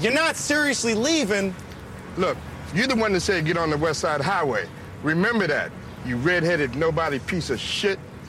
You're not seriously leaving. Look, you're the one that said get on the West Side Highway. Remember that, you redheaded nobody piece of shit.